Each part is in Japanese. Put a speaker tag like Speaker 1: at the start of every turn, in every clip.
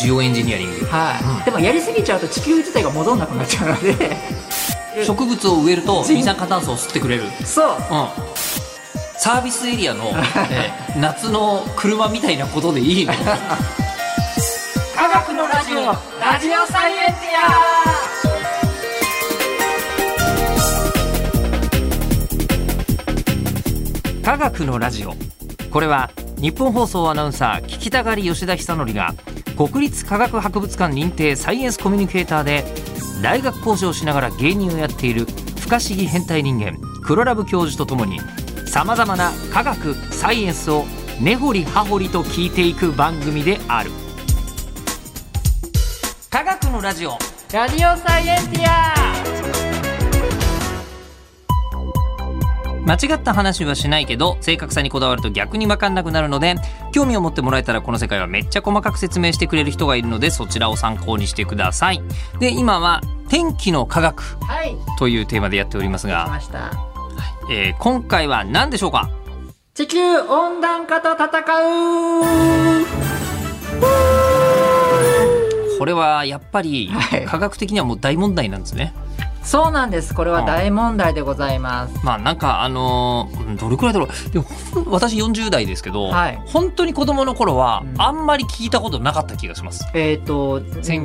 Speaker 1: 需要エンジニアリング
Speaker 2: はい、でもやりすぎちゃうと地球自体が戻んなくなっちゃうので
Speaker 1: 植物を植えると二酸化炭素を吸ってくれる、うん、
Speaker 2: そう
Speaker 1: サービスエリアの、えー夏の車みたいなことでいいの
Speaker 2: 科学のラジオラジオサイエンティ
Speaker 1: 科学のラジオこれは日本放送アナウンサー聞きたがり吉田久典が国立科学博物館認定サイエンスコミュニケーターで大学講師をしながら芸人をやっている不可思議変態人間黒ラブ教授とともにさまざまな科学サイエンスを根掘り葉掘りと聞いていく番組である科学のラジオ
Speaker 2: アラジオサイエンティア
Speaker 1: 間違った話はしないけど正確さにこだわると逆に分かんなくなるので興味を持ってもらえたらこの世界はめっちゃ細かく説明してくれる人がいるのでそちらを参考にしてくださいで今は天気の科学
Speaker 2: はい来
Speaker 1: というテーマでやっておりますが、
Speaker 2: ました
Speaker 1: えー今回は何でしょうか
Speaker 2: 地球温暖化と戦う
Speaker 1: これはやっぱり
Speaker 2: はい
Speaker 1: 科学的にはもう大問題なんですね、
Speaker 2: そうなんですこれは大問題でございます
Speaker 1: まあなんかあのーうんどれくらいだろうでもほんと私40代ですけど、
Speaker 2: はい
Speaker 1: 本当に子供の頃は
Speaker 2: うん
Speaker 1: あんまり聞いたことなかった気がします、
Speaker 2: えっ、と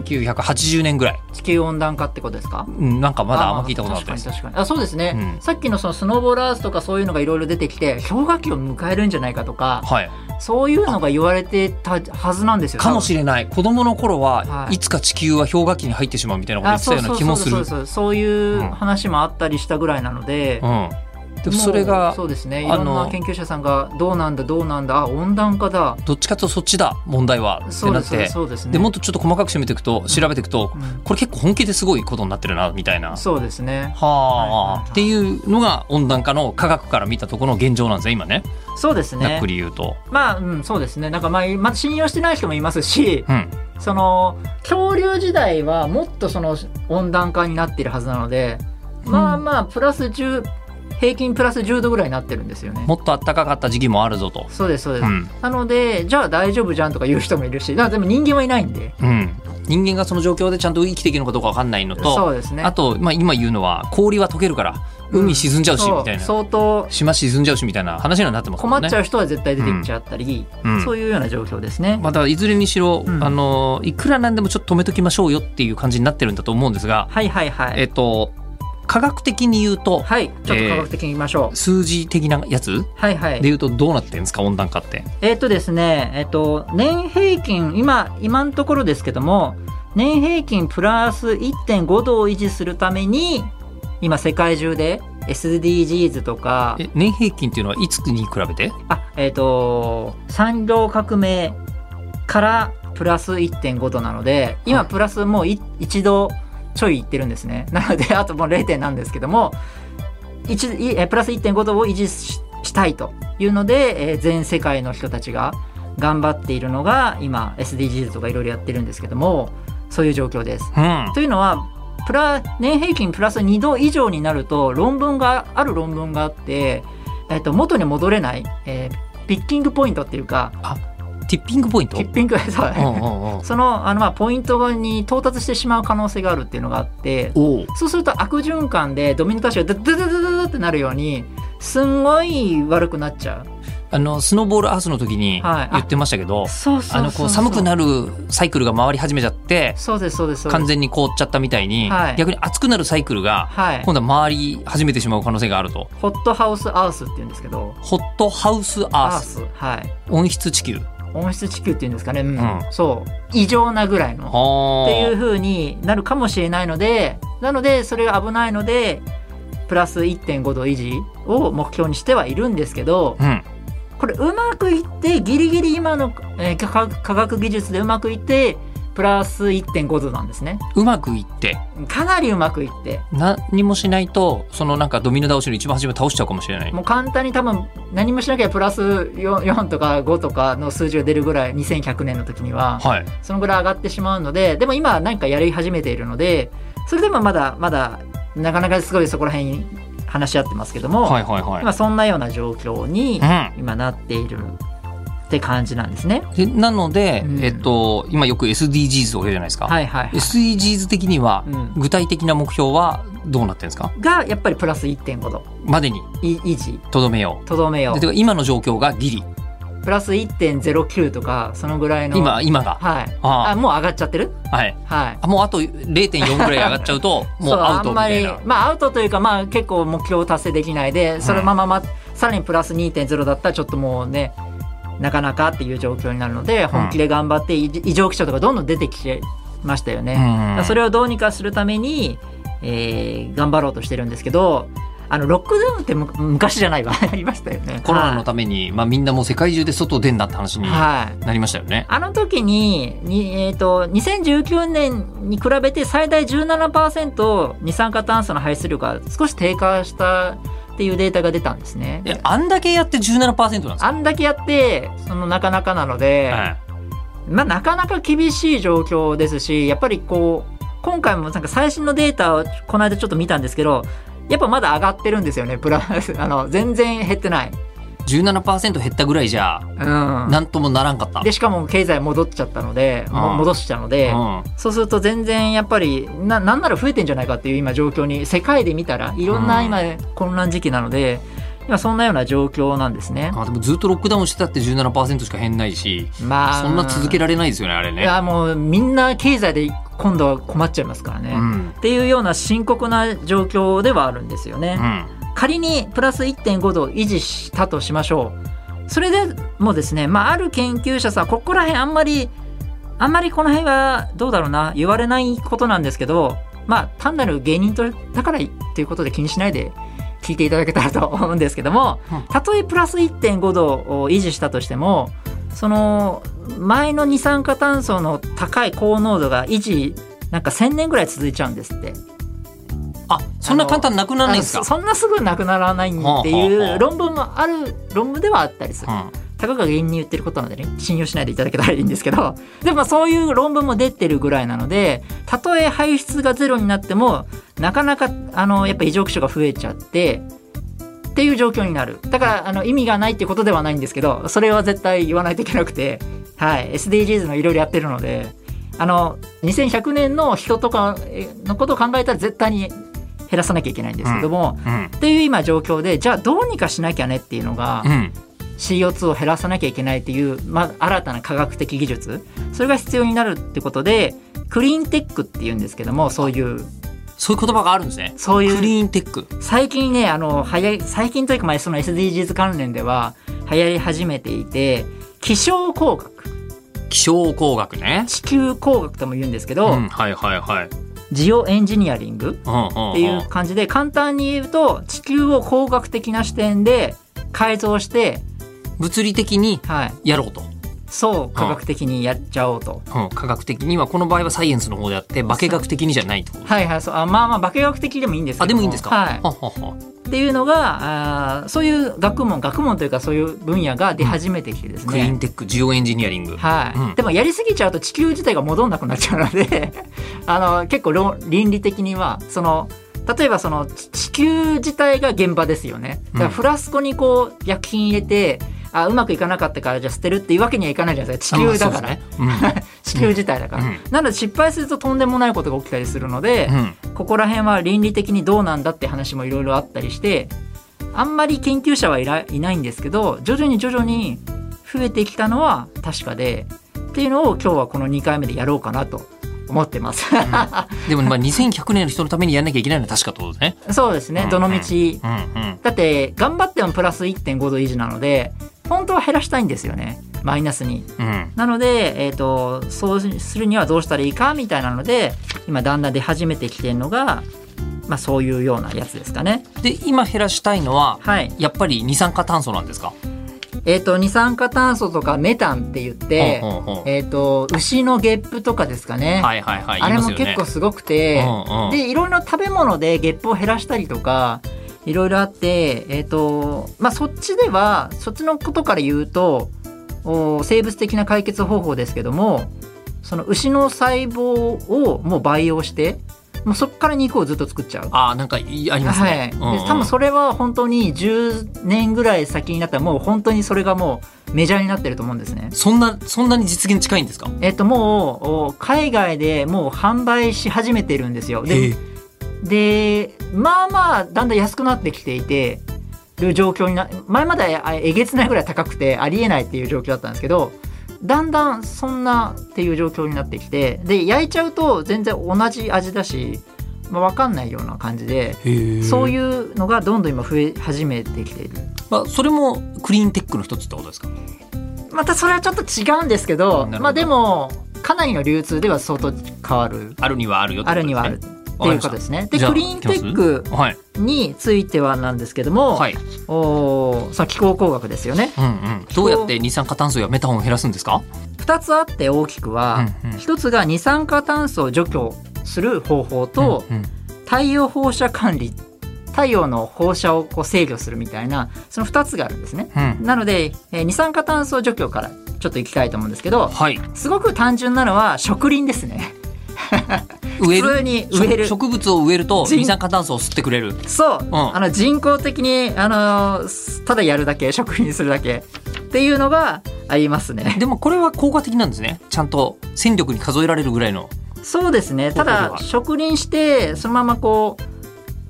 Speaker 1: 1980年ぐらい、
Speaker 2: 地球温暖化ってことですか
Speaker 1: うん、なんかまだあんま聞いたことなかったです
Speaker 2: あ確かに確かにあそうですね、
Speaker 1: うん
Speaker 2: さっきのそのスノーボラースとかそういうのがいろいろ出てきて氷河期を迎えるんじゃないかとか
Speaker 1: はい、
Speaker 2: そういうのが言われてたはずなんですよ
Speaker 1: かもし
Speaker 2: れ
Speaker 1: れない子供の頃は、
Speaker 2: はい
Speaker 1: い、つか地球は氷河期に入ってしまうみたいなこと言ってたような気もする
Speaker 2: そうそうそうそうそういう話もあったりしたぐらいなので、
Speaker 1: うんでも
Speaker 2: もう
Speaker 1: それが
Speaker 2: そうですねい
Speaker 1: あ
Speaker 2: ろ
Speaker 1: の
Speaker 2: んな研究者さんがどうなんだどうなんだあ温暖化だ
Speaker 1: どっちかというとそっちだ問題はって
Speaker 2: そう
Speaker 1: な
Speaker 2: で
Speaker 1: っ
Speaker 2: す
Speaker 1: て
Speaker 2: そうですね
Speaker 1: でもっとちょっと細かく調べていくと調べていくと、
Speaker 2: うん
Speaker 1: これ結構本気ですごいことになってるなみたいな。
Speaker 2: そうですね
Speaker 1: はあ、
Speaker 2: はいはいはい
Speaker 1: っていうのが温暖化の科学から見たところの現状なんですね今ね
Speaker 2: そうで
Speaker 1: ざ
Speaker 2: す
Speaker 1: っ
Speaker 2: ね
Speaker 1: くり言うと。
Speaker 2: まあうんそうですねなんかまあまあ信用してない人もいますし
Speaker 1: うん、
Speaker 2: その恐竜時代はもっとその温暖化になっているはずなのでまあまあプラス10平均プラス10度ぐらいになってるんですよね
Speaker 1: もっと暖かかった時期もあるぞと。
Speaker 2: そうですそうです、
Speaker 1: うん
Speaker 2: なのでじゃあ大丈夫じゃんとか言う人もいるしだからでも人間はいないんで
Speaker 1: うん、人間がその状況でちゃんと生きていけるのかどうか分かんないのと、
Speaker 2: そうですね
Speaker 1: あと、まあ、今言うのは氷は溶けるから
Speaker 2: うん
Speaker 1: 海沈んじゃうし、
Speaker 2: そう
Speaker 1: みたいな
Speaker 2: 相当
Speaker 1: 島沈んじゃうしみたいな話にはなってますも
Speaker 2: 困
Speaker 1: んね。
Speaker 2: っちゃう人は絶対出てきちゃったり、
Speaker 1: うん
Speaker 2: そういうような状況ですね、
Speaker 1: まあだからいずれにしろ、
Speaker 2: うん
Speaker 1: あのいくらなんでもちょっと止めときましょうよっていう感じになってるんだと思うんですが、
Speaker 2: はいはいはい
Speaker 1: えっと科学的に言うと、
Speaker 2: はいちょっと科学的に言いましょう、
Speaker 1: 数字的なやつ
Speaker 2: はいはい
Speaker 1: で言うとどうなってるんですか温暖化って。
Speaker 2: えっ、とですね、えっ、と、年平均、今、今のところですけども、年平均プラス1.5度を維持するために、今世界中で SDGs とか、
Speaker 1: え年平均っていうのはいつに比べて
Speaker 2: あ、えっ、と、産業革命からプラス1.5度なので、
Speaker 1: は
Speaker 2: 今
Speaker 1: い
Speaker 2: プラスもうい1度ちょいいってるんですね。 なので、あともう0点なんですけども、一いえプラス1.5度を維持ししたいというので、えー全世界の人たちが頑張っているのが、今 SDGs とかいろいろやってるんですけども、そういう状況です。
Speaker 1: うん
Speaker 2: というのはプラ年平均プラス2度以上になると論文がある論文があって、えっと元に戻れない、えーピッキングポイントっていうか
Speaker 1: ティッピングポイント
Speaker 2: ピッピングそう
Speaker 1: うんうんうん
Speaker 2: そのあの、まあ、ポイントに到達してしまう可能性があるっていうのがあって
Speaker 1: おう
Speaker 2: そうすると悪循環でドミノ倒しがドドドドドドってなるようにすんごい悪くなっちゃう。
Speaker 1: あのスノーボールアースの時に
Speaker 2: はいあ
Speaker 1: 言ってましたけど、
Speaker 2: そう
Speaker 1: あのこう寒くな
Speaker 2: る
Speaker 1: るサイクルが回り始めちゃって
Speaker 2: そうですそうですそうです
Speaker 1: 完全に凍っちゃったみたいに、
Speaker 2: はい
Speaker 1: 逆に熱くなるサイクルが
Speaker 2: はい
Speaker 1: 今度は回り始めてしまう可能性があると。
Speaker 2: ホットハウスアースっていうんですけど
Speaker 1: ホットハウスアース
Speaker 2: はい
Speaker 1: 温室地球
Speaker 2: 温室地球っていうんですかね、うん
Speaker 1: うん
Speaker 2: そう異常なぐらいの
Speaker 1: っ
Speaker 2: っ
Speaker 1: て
Speaker 2: いう風になるかもしれないのでなのでそれが危ないのでプラス1.5度維持を目標にしてはいるんですけど
Speaker 1: うん
Speaker 2: これうまくいってギリギリ今の、えー科学科学技術でうまくいってプラス1.5度なんですね
Speaker 1: うまくいって
Speaker 2: かなりうまくいって
Speaker 1: 何もしないとそのなんかドミノ倒しの一番初め倒しちゃうかもしれない
Speaker 2: もう簡単に多分何もしなきゃプラス 4, 4とか5とかの数字が出るぐらい2100年の時には
Speaker 1: はい
Speaker 2: そのぐらい上がってしまうのででも今は何かやり始めているのでそれでもまだまだなかなかすごいそこら辺に話し合ってますけども、
Speaker 1: はいはいはい
Speaker 2: 今そんなような状況に
Speaker 1: うん
Speaker 2: 今なっているって感じなんですね。
Speaker 1: でなので、
Speaker 2: うん
Speaker 1: えっと、今よく SDGs を言うじゃないですか、
Speaker 2: はいはいはい
Speaker 1: SDGs 的には
Speaker 2: うん
Speaker 1: 具体的な目標はどうなってるんですか
Speaker 2: がやっぱりプラス1.5度
Speaker 1: までに
Speaker 2: い維持
Speaker 1: とどめよ
Speaker 2: とどめ
Speaker 1: う
Speaker 2: よ
Speaker 1: で
Speaker 2: う
Speaker 1: てか今の状況がギリ
Speaker 2: プラス1.09とかそのぐらいの
Speaker 1: 今今が
Speaker 2: はいあ
Speaker 1: あ
Speaker 2: もう上がっちゃってる
Speaker 1: あはい
Speaker 2: はい
Speaker 1: あもうあと0.4ぐらい上がっちゃう とも
Speaker 2: そう
Speaker 1: アウトみたい
Speaker 2: あんま
Speaker 1: な
Speaker 2: り、まあ、アウトというか、まあ、結構目標を達成できないでそのまま、まさらにプラス2.0だったらちょっともうねなかなかっていう状況になるので本気で頑張って異異常気象とかどんどん出てきてましたよね。
Speaker 1: うん
Speaker 2: それをどうにかするために、えー頑張ろうとしてるんですけどあのロックダウンってむ昔じゃないわ ありましたよね。
Speaker 1: コロナのために、まあ、みんなもう世界中で外出んなって話にな
Speaker 2: はい
Speaker 1: りましたよね。
Speaker 2: あの時にに、えー、と2019年に比べて最大17%二酸化炭素の排出量が少し低下したっていうデータが出たんですね。
Speaker 1: えあんだけやって17%なんですか
Speaker 2: あんだけやってそのなかなかなので、
Speaker 1: はい
Speaker 2: まあ、なかなか厳しい状況ですしやっぱりこう今回もなんか最新のデータをこの間ちょっと見たんですけどやっぱまだ上がってるんですよねプラス あの全然減ってない。
Speaker 1: 17%減ったぐらいじゃ
Speaker 2: うん
Speaker 1: なんともならんかった。
Speaker 2: でしかも経済戻っちゃったので、も
Speaker 1: うん
Speaker 2: 戻しちゃうので、
Speaker 1: うん
Speaker 2: そうすると全然やっぱりななんなら増えてんじゃないかっていう今状況に世界で見たらいろんな
Speaker 1: うん
Speaker 2: 今混乱時期なので、今そんなような状況なんですね。
Speaker 1: あでもずっとロックダウンしてたって17%しか減んないし、
Speaker 2: まあ
Speaker 1: そんな続けられないですよね、あれ
Speaker 2: い
Speaker 1: ね。
Speaker 2: やもうみんな経済で今度は困っちゃいますからね。
Speaker 1: うん。
Speaker 2: っていうような深刻な状況ではあるんですよ
Speaker 1: う
Speaker 2: ね。
Speaker 1: ん。
Speaker 2: 仮にプラス1.5度維持したとしましょうそれでもですね、まあ、ある研究者さんここら辺あんまりあんまりこの辺はどうだろうな言われないことなんですけどまあ単なる芸人とだからということで気にしないで聞いていただけたらと思うんですけども
Speaker 1: うん
Speaker 2: たとえプラス1.5度を維持したとしてもその前の二酸化炭素の高い高濃度が維持なんか1,000年ぐらい続いちゃうんですって。
Speaker 1: あ、そんな簡単なくならないんですか
Speaker 2: あのそそんなすぐなくならないって
Speaker 1: はあはあは
Speaker 2: いう
Speaker 1: あ
Speaker 2: 論文もある論文ではあったりする、
Speaker 1: うん
Speaker 2: たかが芸人に言ってることなのでね信用しないでいただけたらいいんですけどでもまあそういう論文も出てるぐらいなのでたとえ排出がゼロになってもなかなかあのやっぱ異常気象が増えちゃってっていう状況になるだからあの意味がないってことではないんですけどそれは絶対言わないといけなくて、はい、SDGs のいろいろやってるのであの2100年の人とかえのことを考えたら絶対に減らさなきゃいけないんですけども、
Speaker 1: うん。
Speaker 2: っていう今状況でじゃあどうにかしなきゃねっていうのが
Speaker 1: う、ん。
Speaker 2: CO2 を減らさなきゃいけないっていう、まあ、新たな科学的技術それが必要になるってことでクリーンテックっていうんですけどもそういう
Speaker 1: そういう言葉があるんですね。
Speaker 2: そう
Speaker 1: ク
Speaker 2: いう
Speaker 1: リーンテック。
Speaker 2: 最近ねあの流行り最近というか、まあ、その SDGs 関連では流行り始めていて気象工学
Speaker 1: 気象工学ね。
Speaker 2: 地球工学とも言うんですけ
Speaker 1: う
Speaker 2: ど、
Speaker 1: ん。はいはいはい。
Speaker 2: ジオエンジニアリング
Speaker 1: うんうん。
Speaker 2: っていう感じで簡単に言うと地球を工学的な視点で改造して、
Speaker 1: 物理的に
Speaker 2: はい、
Speaker 1: やろうと。
Speaker 2: そう科学的にやっちゃおうと。
Speaker 1: うん。科学的には、この場合はサイエンスの方であって、化学的にじゃないと。
Speaker 2: はいはいそうあまあまあ化学的でもいいんですけど
Speaker 1: あ、でもいいんですか
Speaker 2: はい、
Speaker 1: ははは
Speaker 2: っていうのがあーそういう学問学問というかそういう分野が出始めてきてです
Speaker 1: クリー
Speaker 2: ね、
Speaker 1: ンテック、ジオエンジニアリング。
Speaker 2: はい
Speaker 1: うん
Speaker 2: でもやりすぎちゃうと地球自体が戻んなくなっちゃうので あの結構論倫理的にはその例えばその地地球自体が現場ですよねだから
Speaker 1: うん
Speaker 2: フラスコにこう薬品入れて、あうまくいかなかったからじゃあ捨てるっていうわけにはいかないじゃないですか地球だから、
Speaker 1: あ。まあそうで
Speaker 2: 地球自体だから、
Speaker 1: うん
Speaker 2: なので失敗するととんでもないことが起きたりするので、
Speaker 1: すねうん。
Speaker 2: ここら辺は倫理的にどうなんだって話もいろいろあったりしてあんまり研究者はいらいないんですけど徐々に徐々に増えてきたのは確かでっていうのを今日はこの2回目でやろうかなと思ってます。
Speaker 1: でもまあ2100年の人のためにやんなきゃいけないのは確かってことですね。
Speaker 2: そうですねどの道
Speaker 1: うんうん。
Speaker 2: だって頑張ってもプラス1.5度維持なので本当は減らしたいんですよねマイナスに。
Speaker 1: うん。
Speaker 2: なので、えー、とそうするにはどうしたらいいかみたいなので今だんだん出始めてきてるのが、まあ、そういうようなやつですかね。
Speaker 1: で今減らしたいのは
Speaker 2: はい、
Speaker 1: やっぱり二酸化炭素なんですか。
Speaker 2: えー、と二酸化炭素とかメタンって言って、
Speaker 1: うんうんうん
Speaker 2: えー、と牛のゲップとかですかね、
Speaker 1: はいはいはい。
Speaker 2: あれも
Speaker 1: 言い
Speaker 2: 結構
Speaker 1: ます
Speaker 2: ごくて、
Speaker 1: よねうんうん
Speaker 2: でいろいろ食べ物でゲップを減らしたりとかいろいろあって、えーとまあ、そっちではそっちのことから言うとお生物的な解決方法ですけどもその牛の細胞をもう培養してもうそこから肉をずっと作っちゃう。
Speaker 1: ああなんかいあります
Speaker 2: はい、
Speaker 1: ね。
Speaker 2: で
Speaker 1: うんうん
Speaker 2: 多分それは本当に10年ぐらい先になったらもう本当にそれがもうメジャーになってると思うんですね。
Speaker 1: そんなそんなに実現近いんですか。
Speaker 2: えっともうお海外でもう販売し始めてるんですよ。で
Speaker 1: え
Speaker 2: でまあまあだんだん安くなってきていてる状況にな前まであえげつないぐらい高くてありえないっていう状況だったんですけどだんだんそんなっていう状況になってきてで焼いちゃうと全然同じ味だし、まあ、分かんないような感じで。
Speaker 1: へ。
Speaker 2: そういううのがどんどん今増え始めてきている
Speaker 1: まあそれもクリーンテックの一つってことですか。
Speaker 2: またそれはちょっと違うんですけ
Speaker 1: なる
Speaker 2: ど
Speaker 1: ほど
Speaker 2: まあでもかなりの流通では相当変わる
Speaker 1: あるにはあるよって
Speaker 2: あ
Speaker 1: ことです
Speaker 2: る
Speaker 1: ね。
Speaker 2: にはあるっていうことですね。で
Speaker 1: じゃあ
Speaker 2: クリーンテック
Speaker 1: はい
Speaker 2: についてはなんですけども、
Speaker 1: はい。
Speaker 2: おーその気候工学ですよね。
Speaker 1: うんうん。どうやって二酸化炭素やメタンを減らすんですか。
Speaker 2: 2つあって大きくは、
Speaker 1: うんうん
Speaker 2: 一1つが二酸化炭素を除去する方法と、
Speaker 1: うんうん
Speaker 2: 太陽放射管理太陽の放射をこう制御するみたいなその2つがあるんですね。
Speaker 1: うん
Speaker 2: なので、えー二酸化炭素除去からちょっといきたいと思うんですけど
Speaker 1: はい。
Speaker 2: すごく単純なのは植林ですね。
Speaker 1: 植え
Speaker 2: 普
Speaker 1: る。
Speaker 2: 通に植える
Speaker 1: 植植物を植えると
Speaker 2: 人
Speaker 1: 二酸化炭素を吸ってくれる。
Speaker 2: そう、
Speaker 1: ん
Speaker 2: あの人工的に、あのーただやるだけ職人するだけっていうのがありますね。
Speaker 1: でもこれは効果的なんですね。ちゃんと戦力に数えられるぐらいの。
Speaker 2: そうですねた
Speaker 1: ここ
Speaker 2: だ
Speaker 1: では
Speaker 2: 職人してそのままこう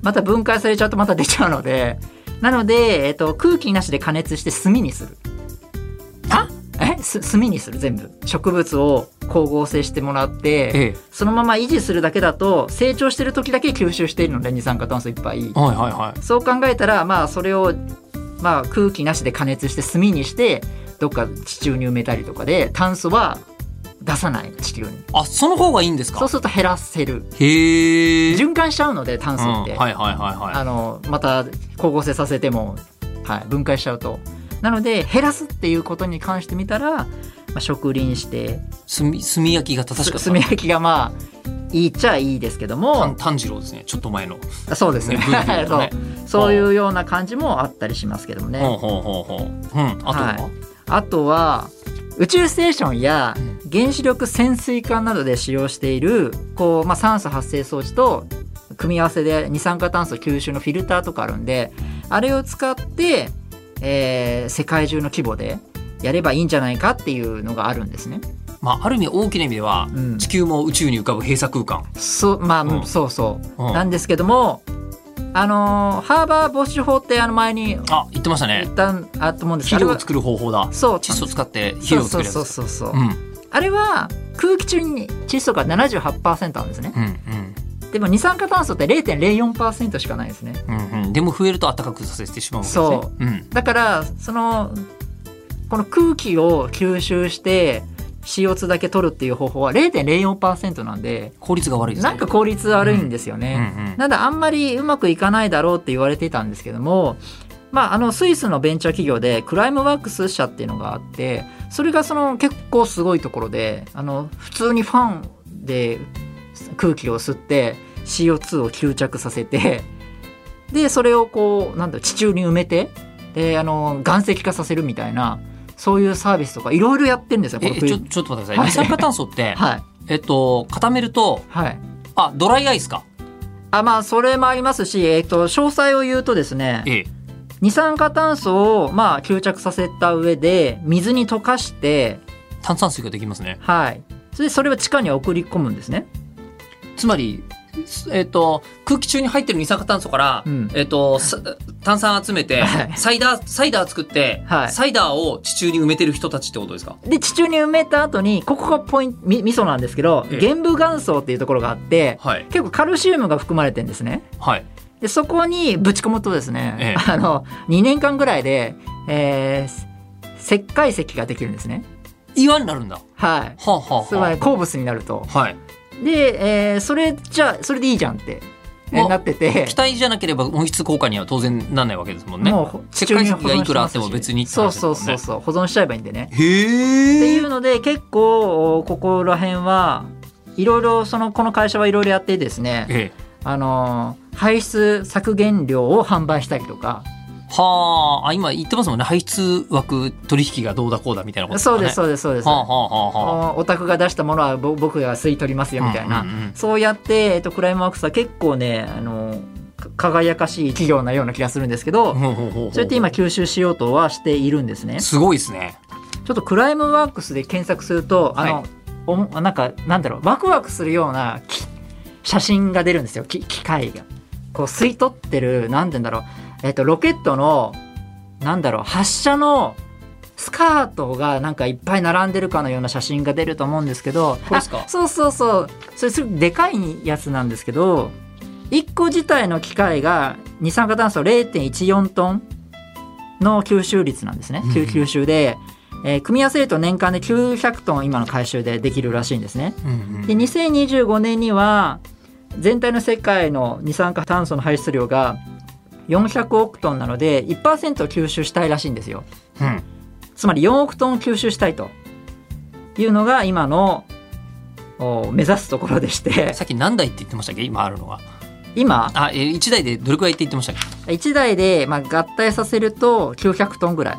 Speaker 2: また分解されちゃうとまた出ちゃうのでなので、えっと、空気なしで加熱して炭にする。
Speaker 1: あ
Speaker 2: えす炭にする全部植物を光合成してもらって、
Speaker 1: え
Speaker 2: そのまま維持するだけだと成長してる時だけ吸収しているので二酸化炭素いっぱい
Speaker 1: え。はいはいはい。
Speaker 2: そう考えたらまあそれを、まあ、空気なしで加熱して炭にしてどっか地中に埋めたりとかで炭素は出さない地球に
Speaker 1: あその方がいいんです
Speaker 2: そう
Speaker 1: か。
Speaker 2: すると減らせる
Speaker 1: へえ。
Speaker 2: 循環しちゃうので炭
Speaker 1: うん
Speaker 2: 素っ
Speaker 1: はい
Speaker 2: て、
Speaker 1: はいはいはい。
Speaker 2: あのまた光合成させても、はい、分解しちゃうとなので減らすっていうことに関してみたら、まあ、植林して
Speaker 1: 炭炭焼きが正しかった
Speaker 2: 炭焼きがまあいいっちゃいいですけど
Speaker 1: 炭
Speaker 2: も
Speaker 1: 炭治郎ですねちょっと前の、
Speaker 2: そうですね
Speaker 1: ね文化の
Speaker 2: そう
Speaker 1: ね
Speaker 2: そういうような感じもあったりしますけどもね。
Speaker 1: ほうほうほうほううんあとは、
Speaker 2: はいあとは宇宙ステーションや
Speaker 1: う
Speaker 2: 原子力潜水艦などで使用しているこう、まあ、酸素発生装置と組み合わせで二酸化炭素吸収のフィルターとかあるんであれを使って、えー世界中の規模でやればいいんじゃないかっていうのがあるんですね。
Speaker 1: まあある意味大きな意味では、
Speaker 2: うん
Speaker 1: 地球も宇宙に浮かぶ閉鎖空間、
Speaker 2: そまあ、
Speaker 1: うん
Speaker 2: うんそうそう、
Speaker 1: うん
Speaker 2: なんですけどもあのーハーバー防止法ってあの前に
Speaker 1: あ言ってました
Speaker 2: 言
Speaker 1: ね
Speaker 2: ったあったと思うんです
Speaker 1: 肥料
Speaker 2: けどあれ
Speaker 1: を
Speaker 2: は
Speaker 1: 作る方法だ
Speaker 2: そう
Speaker 1: 窒素を使って肥料を
Speaker 2: そ
Speaker 1: 作
Speaker 2: う
Speaker 1: るやつ
Speaker 2: そうそうそう、
Speaker 1: うんうん
Speaker 2: あれは空気中に窒素が78%あるんですね。
Speaker 1: うん
Speaker 2: でも二酸化炭素って0.04%しかないですね。
Speaker 1: うんうんでも増えると暖かくさせてしまうわけですね
Speaker 2: そ
Speaker 1: うん
Speaker 2: だからそのこの空気を吸収して CO2 だけ取るっていう方法は0.04%なんで
Speaker 1: 効率が悪いですね
Speaker 2: なんか効率悪いんですよね。
Speaker 1: うんうん
Speaker 2: なんであんまりうまくいかないだろうって言われていたんですけども、まあ、あのスイスのベンチャー企業でクライムワークス社っていうのがあってそれがその結構すごいところであの普通にファンで空気を吸って CO2 を吸着させてでそれをこうなんだろう地中に埋めてであの岩石化させるみたいなそういうサービスとかいろいろやってるんですよこ
Speaker 1: え
Speaker 2: の
Speaker 1: え
Speaker 2: 冬
Speaker 1: ちょちょっと待ってください、
Speaker 2: はい
Speaker 1: 二酸化炭素って、
Speaker 2: はい
Speaker 1: えっと固めると
Speaker 2: はい
Speaker 1: あドライアイスか
Speaker 2: あまあそれもありますし、えっと詳細を言うとですね
Speaker 1: ええ
Speaker 2: 二酸化炭素をまあ吸着させた上で水に溶かして
Speaker 1: 炭酸水ができますね
Speaker 2: はいそれでそれを地下に送り込むんですね
Speaker 1: つまり、すえっと空気中に入ってる二酸化炭素から、
Speaker 2: うん
Speaker 1: えっとさ炭酸集めて、
Speaker 2: はい
Speaker 1: サイダーサイダー作って、
Speaker 2: はい
Speaker 1: サイダーを地中に埋めてる人たちってことですか
Speaker 2: で地中に埋めた後にここがポイントみ味噌なんですけど
Speaker 1: ええ
Speaker 2: 玄武岩層っていうところがあって
Speaker 1: はい
Speaker 2: 結構カルシウムが含まれてるんですね
Speaker 1: はい
Speaker 2: でそこにぶち込むとです
Speaker 1: え
Speaker 2: ね、
Speaker 1: え
Speaker 2: あの2年間ぐらいで、えー石灰石ができるんですね
Speaker 1: 岩になるんだは
Speaker 2: はい
Speaker 1: あ、はあ
Speaker 2: つまり
Speaker 1: は
Speaker 2: 鉱物になると
Speaker 1: あ、はい
Speaker 2: で、えーそれじゃあそれでいいじゃんって、え
Speaker 1: お
Speaker 2: なってて
Speaker 1: 気体じゃなければ温室効果には当然なんないわけですもんね
Speaker 2: もう
Speaker 1: 石灰石がいくらあっても別にって
Speaker 2: そう
Speaker 1: 話です
Speaker 2: そ
Speaker 1: もん
Speaker 2: う
Speaker 1: ね
Speaker 2: そうそう保存しちゃえばいいんでね。って
Speaker 1: へ
Speaker 2: い
Speaker 1: え
Speaker 2: うので結構ここら辺はいろいろそのこの会社はいろいろやってですね
Speaker 1: ええ
Speaker 2: あの排出削減量を販売したりとか
Speaker 1: はああ今言ってますもんね排出枠取引がどうだこうだみたいなこと
Speaker 2: そうです
Speaker 1: う
Speaker 2: そうですそうです、
Speaker 1: はあ、はあはあはあ、
Speaker 2: お宅が出したものはぼ僕が吸い取りますよみたいな、
Speaker 1: うんうんうん
Speaker 2: そうやって、えっと、クライマックスは結構ねあのか輝かしい企業なような気がするんですけど、
Speaker 1: ほうほうほうほう
Speaker 2: それって今吸収しようとはしているんですね。
Speaker 1: すごいですね
Speaker 2: ちょっとクライムワークスで検索するとあの、
Speaker 1: はい
Speaker 2: おもなんかなんだろうワクワクするようなき写真が出るんですよき機械が。こう吸い取ってるなんて言うんだろう、えっとロケットのなんだろう発射のスカートがなんかいっぱい並んでるかのような写真が出ると思うんですけど
Speaker 1: これですか
Speaker 2: あそうそうそうそれすごくでかいやつなんですけど1個自体の機械が二酸化炭素0.14トンの吸収率なんですね、
Speaker 1: うん
Speaker 2: 吸吸収で、えー組み合わせると年間で900トン今の回収でできるらしいんですね。
Speaker 1: うんうん
Speaker 2: で2025年には全体の世界の二酸化炭素の排出量が400億トンなので1%吸収したいらしいんですよ。
Speaker 1: うん
Speaker 2: つまり4億トンを吸収したいというのが今のお目指すところでして
Speaker 1: さっき何台って言ってましたっけ今あるのは
Speaker 2: 今
Speaker 1: あえ1台でどれくらいって言ってましたっけ
Speaker 2: 1台で、まあ、合体させると900トンぐらい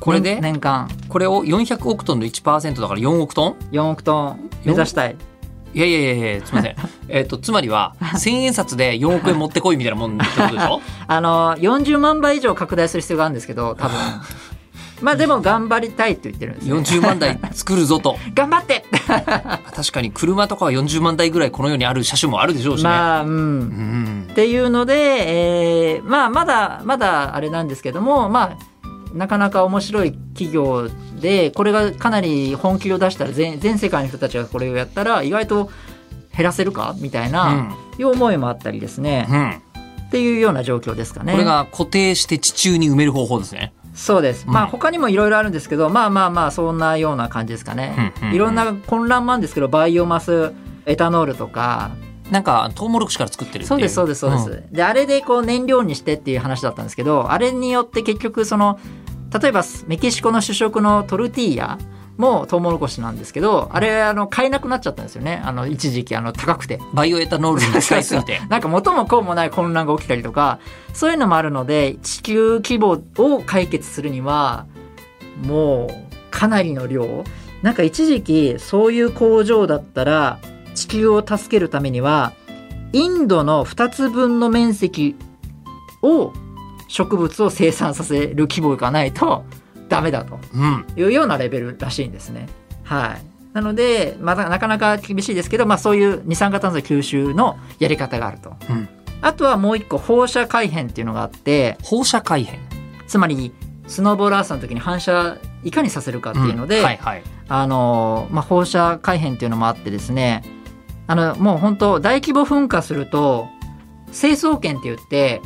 Speaker 1: これで
Speaker 2: 年年間
Speaker 1: これを400億トンの1%だから4億トン
Speaker 2: 4億トン目指したい
Speaker 1: いやいやいやいやすみま せんえっとつまりは千円札で4億円持ってこいみたいなもんってことでし ょ
Speaker 2: あの40万倍以上拡大する必要があるんですけど 多分まあでも頑張りたいって言ってるんですよ
Speaker 1: 40万台作るぞと
Speaker 2: 頑張って
Speaker 1: 確かに車とかは40万台ぐらいこの世にある車種もあるでしょうしね、
Speaker 2: まあう
Speaker 1: うんん
Speaker 2: っていうので、えーまあ、まだまだあれなんですけども、まあ、なかなか面白い企業でこれがかなり本気を出したら全全世界の人たちがこれをやったら意外と減らせるかみたいな、いう思いもあったりですね
Speaker 1: う、んうん
Speaker 2: っていうような状況ですかね。
Speaker 1: これが固定して地中に埋める方法ですね
Speaker 2: そうです、
Speaker 1: うん
Speaker 2: まあ他にもいろいろあるんですけどまあまあまあそんなような感じですかね
Speaker 1: うんうんうん
Speaker 2: いろんな混乱もあるんですけどバイオマスエタノールとか
Speaker 1: なんかトウモロコシから作ってるってい
Speaker 2: そうですそうですそうです、であれでこう燃料にしてっていう話だったんですけどあれによって結局その例えばメキシコの主食のトルティーヤもトウモロコシなんですけどあれあの買えなくなっちゃったんですよねあの一時期あの高くて
Speaker 1: うんバイオエタノールに使いすぎて
Speaker 2: なんか元も子もない混乱が起きたりとかそういうのもあるので地球規模を解決するにはもうかなりの量なんか一時期そういう工場だったら地球を助けるためにはインドの2つ分の面積を植物を生産させる規模がないとダメだと
Speaker 1: うん
Speaker 2: いうようなレベルらしいんですね。はい。なので、まだなかなか厳しいですけど、まあそういう二酸化炭素吸収のやり方があると。
Speaker 1: うん
Speaker 2: あとはもう一個放射改変っていうのがあって、
Speaker 1: 放射改変
Speaker 2: つまりスノーボーラーさんの時に反射いかにさせるかっていうので、
Speaker 1: んはいはい
Speaker 2: あのまあ、放射改変っていうのもあってですねあのもう本当大規模噴火すると成層圏って言って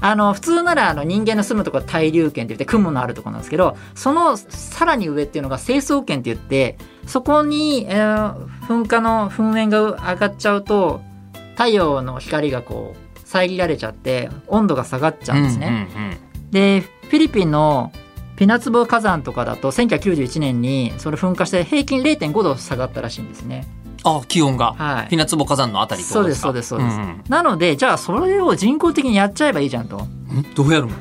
Speaker 2: あの普通ならあの人間の住むとこは対流圏って言って雲のあるとこなんですけどそのさらに上っていうのが成層圏って言ってそこに、えー噴火の噴煙が上がっちゃうと太陽の光がこう遮られちゃって温度が下がっちゃうんですね。
Speaker 1: うんうんうん
Speaker 2: でフィリピンのピナツボ火山とかだと1991年にそれ噴火して平均0.5度下がったらしいんですね。
Speaker 1: あ気温が
Speaker 2: は
Speaker 1: ピ
Speaker 2: い、
Speaker 1: ナツボ火山のあたりってことか
Speaker 2: そうですそうですそうです
Speaker 1: んん
Speaker 2: なのでじゃあそれを人工的にやっちゃえばいいじゃんと。
Speaker 1: んどうやるの、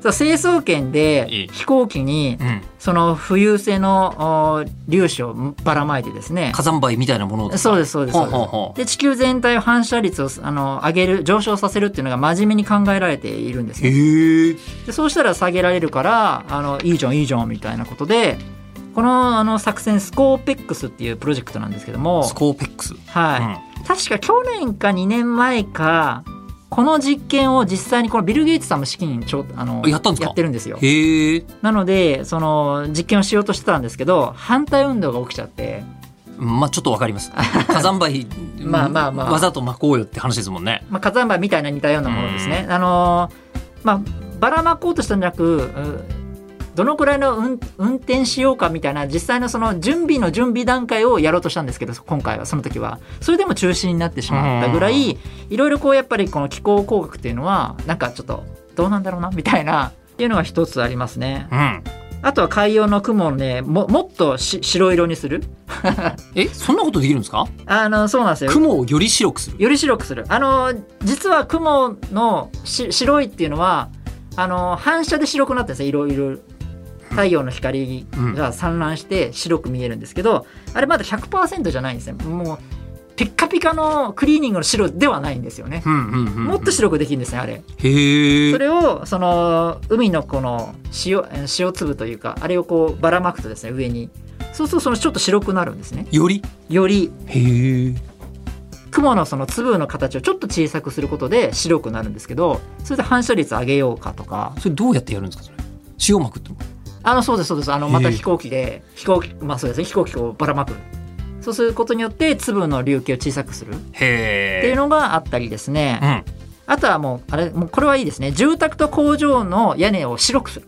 Speaker 2: そう成層圏
Speaker 1: いい
Speaker 2: で飛行機に
Speaker 1: うん、
Speaker 2: その浮遊性のお粒子をばらまいてですね
Speaker 1: 火山灰みたいなものを
Speaker 2: そうですそうですそ
Speaker 1: ほ
Speaker 2: うです
Speaker 1: うほうほう
Speaker 2: で地球全体を反射率をあの上げる上昇させるっていうのが真面目に考えられているんですね
Speaker 1: へえ
Speaker 2: でそうしたら下げられるからあのいいじゃんいいじゃんみたいなことでこのあの作戦スコーペックスっていうプロジェクトなんですけども
Speaker 1: ス、コーペックス、
Speaker 2: はい確か去年か2年前かこの実験を実際にこのビル・ゲイツさんも資金調あの
Speaker 1: やったんですか
Speaker 2: ってるんですよ
Speaker 1: うん、へえ
Speaker 2: なのでその実験をしようとしてたんですけど反対運動が起きちゃって
Speaker 1: まあちょっとわかり ます火山灰
Speaker 2: まあまあまあ
Speaker 1: わざと巻こうよって話ですもんね
Speaker 2: まあ、火山灰みたいな似たようなものですね。あのーまあ、ばらまこうとしたんじゃなくうどのくらいの運運転しようかみたいな実際のその準備の準備段階をやろうとしたんですけど今回はその時はそれでも中止になってしまったぐらいいろいろこうやっぱりこの気候工学っていうのはなんかちょっとどうなんだろうなみたいなっていうのが一つありますね
Speaker 1: うん
Speaker 2: あとは海洋の雲をねももっとし白色にする
Speaker 1: えそんなことできるんですか
Speaker 2: あのそうなんですよ
Speaker 1: 雲をより白くする
Speaker 2: より白くするあの実は雲のし白いっていうのはあの反射で白くなってるんですよいろいろ太陽の光が散乱して白く見えるんですけど、あれまだ100%じゃないんですねもうピッカピカのクリーニングの白ではないんですよね、
Speaker 1: うんうんうんうん
Speaker 2: もっと白くできるんですねあれ
Speaker 1: へえ
Speaker 2: それをその海のこの塩塩粒というかあれをこうばらまくとですね上にそうするとそのちょっと白くなるんですね
Speaker 1: より
Speaker 2: より
Speaker 1: へえ
Speaker 2: 雲のその粒の形をちょっと小さくすることで白くなるんですけどそれで反射率上げようかとか
Speaker 1: それどうやってやるんですかそれ塩まくっても
Speaker 2: あのそうですそうですあ
Speaker 1: へ
Speaker 2: の
Speaker 1: え
Speaker 2: また飛行機で飛行機まあそうですね飛行機をばらまくそうすることによって粒の隆起を小さくするっ
Speaker 1: へえ
Speaker 2: ていうのがあったりですね
Speaker 1: うん
Speaker 2: あとはもうあれもうこれはいいですね住宅と工場の屋根を白くする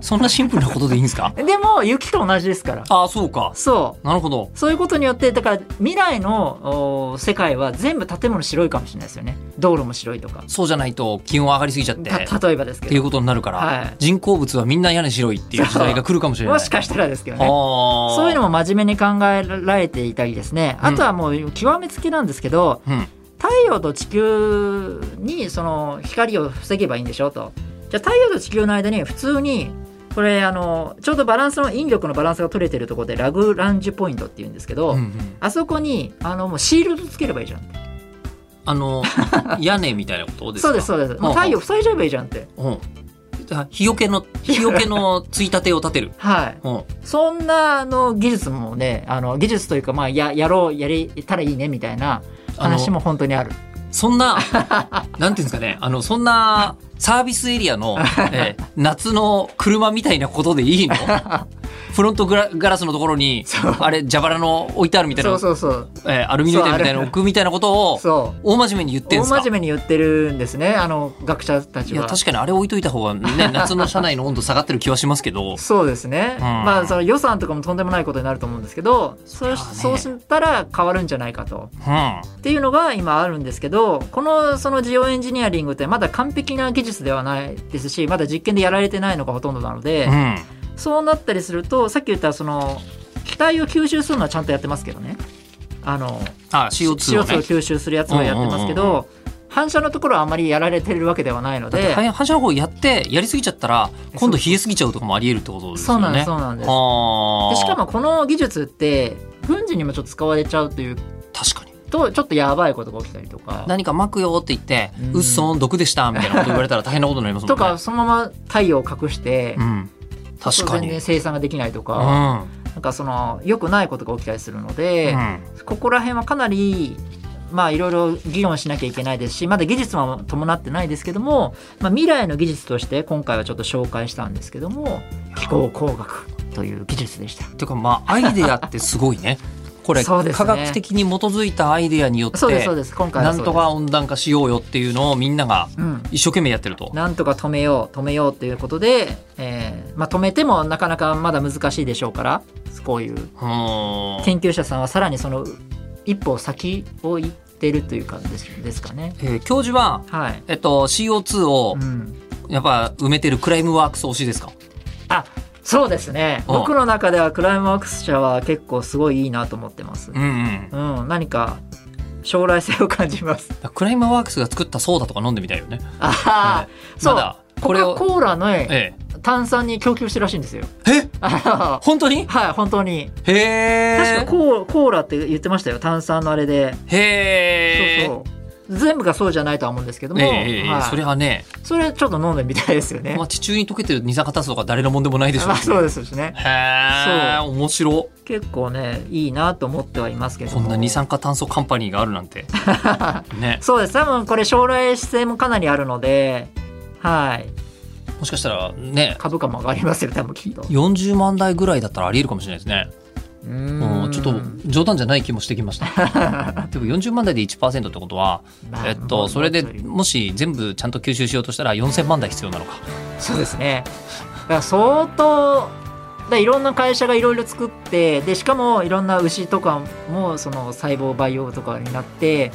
Speaker 1: そんなシンプルなことでいいんですか
Speaker 2: でも雪と同じですから
Speaker 1: ああそうか
Speaker 2: そう
Speaker 1: なるほど
Speaker 2: そういうことによってだから未来のお世界は全部建物白いかもしれないですよね道路も白いとか
Speaker 1: そうじゃないと気温上がりすぎちゃってった
Speaker 2: 例えばです
Speaker 1: て
Speaker 2: け
Speaker 1: い
Speaker 2: ど
Speaker 1: うことになるから、
Speaker 2: はい
Speaker 1: 人工物はみんな屋根白いっていう時代が来るかもしれない
Speaker 2: もしかしたらですけど
Speaker 1: あ
Speaker 2: ね
Speaker 1: ー
Speaker 2: そういうのも真面目に考えられていたりですね
Speaker 1: うん
Speaker 2: あとはもう極めつきなんですけど、
Speaker 1: うん
Speaker 2: 太陽と地球にその光を防げばいいんでしょとじゃあ太陽と地球の間に普通にこれあのちょうどバランスの引力のバランスが取れてるところでラグランジュポイントっていうんですけ
Speaker 1: う
Speaker 2: ど、
Speaker 1: んうん
Speaker 2: あそこにあのもうシールドつければいいじゃん
Speaker 1: あ の屋根みたいなことですか
Speaker 2: そうですそうですもう太陽塞いじゃえばいいじゃんって
Speaker 1: うんあ日よけの日よけのついたてを立てる
Speaker 2: はい
Speaker 1: うん
Speaker 2: そんなあの技術もねあの技術というかまあややろうやれたらいいねみたいな
Speaker 1: あの
Speaker 2: 話も本当にある
Speaker 1: そんななんていうんですかねあのそんなサービスエリア の、えー夏の車みたいなことでいいのフロントグラガラスのところに
Speaker 2: そう
Speaker 1: あれ蛇腹の置いてあるみたいな
Speaker 2: そうそうそう
Speaker 1: えーアルミの板みたいなの置くみたいなことを
Speaker 2: そ
Speaker 1: 大真面目に言っ
Speaker 2: う
Speaker 1: てん
Speaker 2: 大
Speaker 1: すか
Speaker 2: 真面目に言ってるんですねあの学者たち
Speaker 1: いや
Speaker 2: は
Speaker 1: 確かにあれ置いといた方が ね夏の車内の温度下がってる気はしますけ ど
Speaker 2: そうですね、
Speaker 1: ん
Speaker 2: まあその予算とかもとんでもないことになると思うんですけどそ
Speaker 1: そ
Speaker 2: う,、
Speaker 1: うだね
Speaker 2: そうしたら変わるんじゃないかと
Speaker 1: うん
Speaker 2: っていうのが今あるんですけどこのそのジオエンジニアリングってまだ完璧な技術ではないですしまだ実験でやられてないのがほとんどなので、
Speaker 1: うん
Speaker 2: そうなったりするとさっき言ったその気体を吸収するのはちゃんとやってますけどねあの
Speaker 1: あ CO2 を
Speaker 2: CO2
Speaker 1: ね
Speaker 2: を吸収するやつはやってますけど、
Speaker 1: うんうん
Speaker 2: 反射のところはあんまりやられてるわけではないの
Speaker 1: だって
Speaker 2: で
Speaker 1: 反反射の方やってやりすぎちゃったら今度冷えすぎちゃうとかもありえるってことです
Speaker 2: そう
Speaker 1: よ
Speaker 2: なんで
Speaker 1: ね
Speaker 2: すそうなんです
Speaker 1: あ
Speaker 2: で
Speaker 1: ー
Speaker 2: しかもこの技術って軍事にもちょっと使われちゃうという
Speaker 1: 確かに
Speaker 2: とちょっとやばいことが起きたりとか
Speaker 1: 何か巻くよって言って
Speaker 2: う
Speaker 1: 「
Speaker 2: ん
Speaker 1: うっそん毒でした」みたいなこと言われたら大変な ことになりますもんね
Speaker 2: とかそのまま太陽を隠して、
Speaker 1: うん確か
Speaker 2: 全
Speaker 1: に
Speaker 2: 然生産ができないと
Speaker 1: う
Speaker 2: か、
Speaker 1: ん
Speaker 2: なんかその良くないことが起きたりするので、
Speaker 1: うん
Speaker 2: ここら辺はかなりまあいろいろ議論しなきゃいけないですしまだ技術も伴ってないですけども、まあ、未来の技術として今回はちょっと紹介したんですけども気候工学という技術でした
Speaker 1: てかまあアイデアってすごいねこれ
Speaker 2: そうですね
Speaker 1: 科学的に基づいたアイデアによって
Speaker 2: そうですそうです今回
Speaker 1: な
Speaker 2: は
Speaker 1: ん
Speaker 2: そう
Speaker 1: と
Speaker 2: です
Speaker 1: か温暖化しようよっていうのをみんなが
Speaker 2: うん、
Speaker 1: 一生懸命やってると。
Speaker 2: なんとか止めよう止めようということで、えーまあ、止めてもなかなかまだ難しいでしょうからこういう
Speaker 1: うーん
Speaker 2: 研究者さんはさらにその一歩先を行ってるというかですですかね。
Speaker 1: えー教授は、
Speaker 2: はい、
Speaker 1: えっと、CO2 を
Speaker 2: うん
Speaker 1: やっぱ埋めてるクライムワークス推しですか
Speaker 2: あそうですね
Speaker 1: うん
Speaker 2: 僕の中ではクライマックス社は結構すごいいいなと思ってます
Speaker 1: うんうん。
Speaker 2: うん何か将来性を感 じます
Speaker 1: クライムワークスが作ったソーダとか飲んでみたいよね。
Speaker 2: ああ、そう、
Speaker 1: まだこ
Speaker 2: コ
Speaker 1: れ
Speaker 2: カ・
Speaker 1: を、
Speaker 2: コーラのね
Speaker 1: え
Speaker 2: 炭酸に供給してるらしい んですよ
Speaker 1: え、え
Speaker 2: あ
Speaker 1: 本当に
Speaker 2: のはい本当に
Speaker 1: へ
Speaker 2: 確か
Speaker 1: え。
Speaker 2: コーコーラって言ってましたよ炭酸のあれで、
Speaker 1: へえ。
Speaker 2: そうそう全部がそうじゃないとは思うんですけども、
Speaker 1: ええええええ
Speaker 2: はい
Speaker 1: それはね、
Speaker 2: それちょっと飲んでみたいですよね、
Speaker 1: まあ、地中に溶けてる二酸化炭素とか誰のもんでもないでしょう
Speaker 2: まあ、
Speaker 1: けど
Speaker 2: そうですしね
Speaker 1: へえ、面白。
Speaker 2: 結構ねいいなと思ってはいますけど
Speaker 1: こ
Speaker 2: も
Speaker 1: んな二酸化炭素カンパニーがある なんて。ね。
Speaker 2: そうです多分これ将来性もかなりあるのではい
Speaker 1: もしかしたら、ね、
Speaker 2: 株価も上がりますよ多分きっと
Speaker 1: 40万台ぐらいだったらありえるかもしれないですね。
Speaker 2: うー
Speaker 1: うんん、ちょっと冗談じゃない気もしてきました。 でも40万台で1%ってことは、
Speaker 2: まあ
Speaker 1: えっ
Speaker 2: も
Speaker 1: と、
Speaker 2: う
Speaker 1: それで
Speaker 2: もうちょい
Speaker 1: もし全部ちゃんと吸収しようとしたら4000万台必要なのか。
Speaker 2: そうですねだから相当だからいろんな会社がいろいろ作ってでしかもいろんな牛とかもその細胞培養とかになって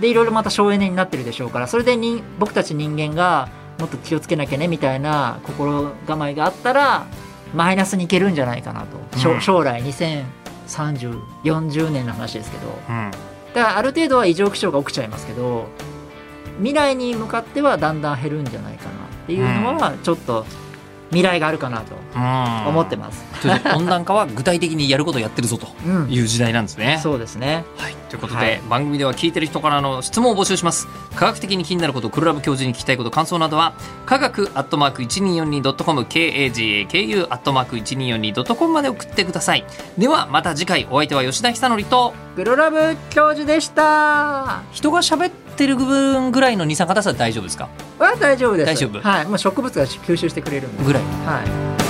Speaker 2: でいろいろまた省エネになってるでしょうからそれでに僕たち人間がもっと気をつけなきゃねみたいな心構えがあったらマイナスにいけるんじゃないかなと、しょ
Speaker 1: うん
Speaker 2: 将来203040年の話ですけど
Speaker 1: うん。
Speaker 2: だからある程度は異常気象が起きちゃいますけど未来に向かってはだんだん減るんじゃないかなっていうのはちょっと未来があるかなと
Speaker 1: うん
Speaker 2: 思ってます。
Speaker 1: ということで温暖化は具体的にやることをやってるぞと
Speaker 2: うん、
Speaker 1: いう時代なんですね。
Speaker 2: そうですね。
Speaker 1: はい、ということで、
Speaker 2: はい
Speaker 1: 番組では聞いてる人からの質問を募集します科学的に気になることクルラブ教授に聞きたいこと感想などは科学アットマーク 1242.com kagaku アットマーク 1242.com まで送ってくださいではまた次回お相手は吉田久典と
Speaker 2: グロラブ教授でした。は
Speaker 1: 人が喋ってる部分ぐらいの二酸化炭素は大丈夫ですか
Speaker 2: 大丈夫です。
Speaker 1: 大丈夫
Speaker 2: はい、もう植物が吸収してくれるんで。
Speaker 1: ぐらい
Speaker 2: はい。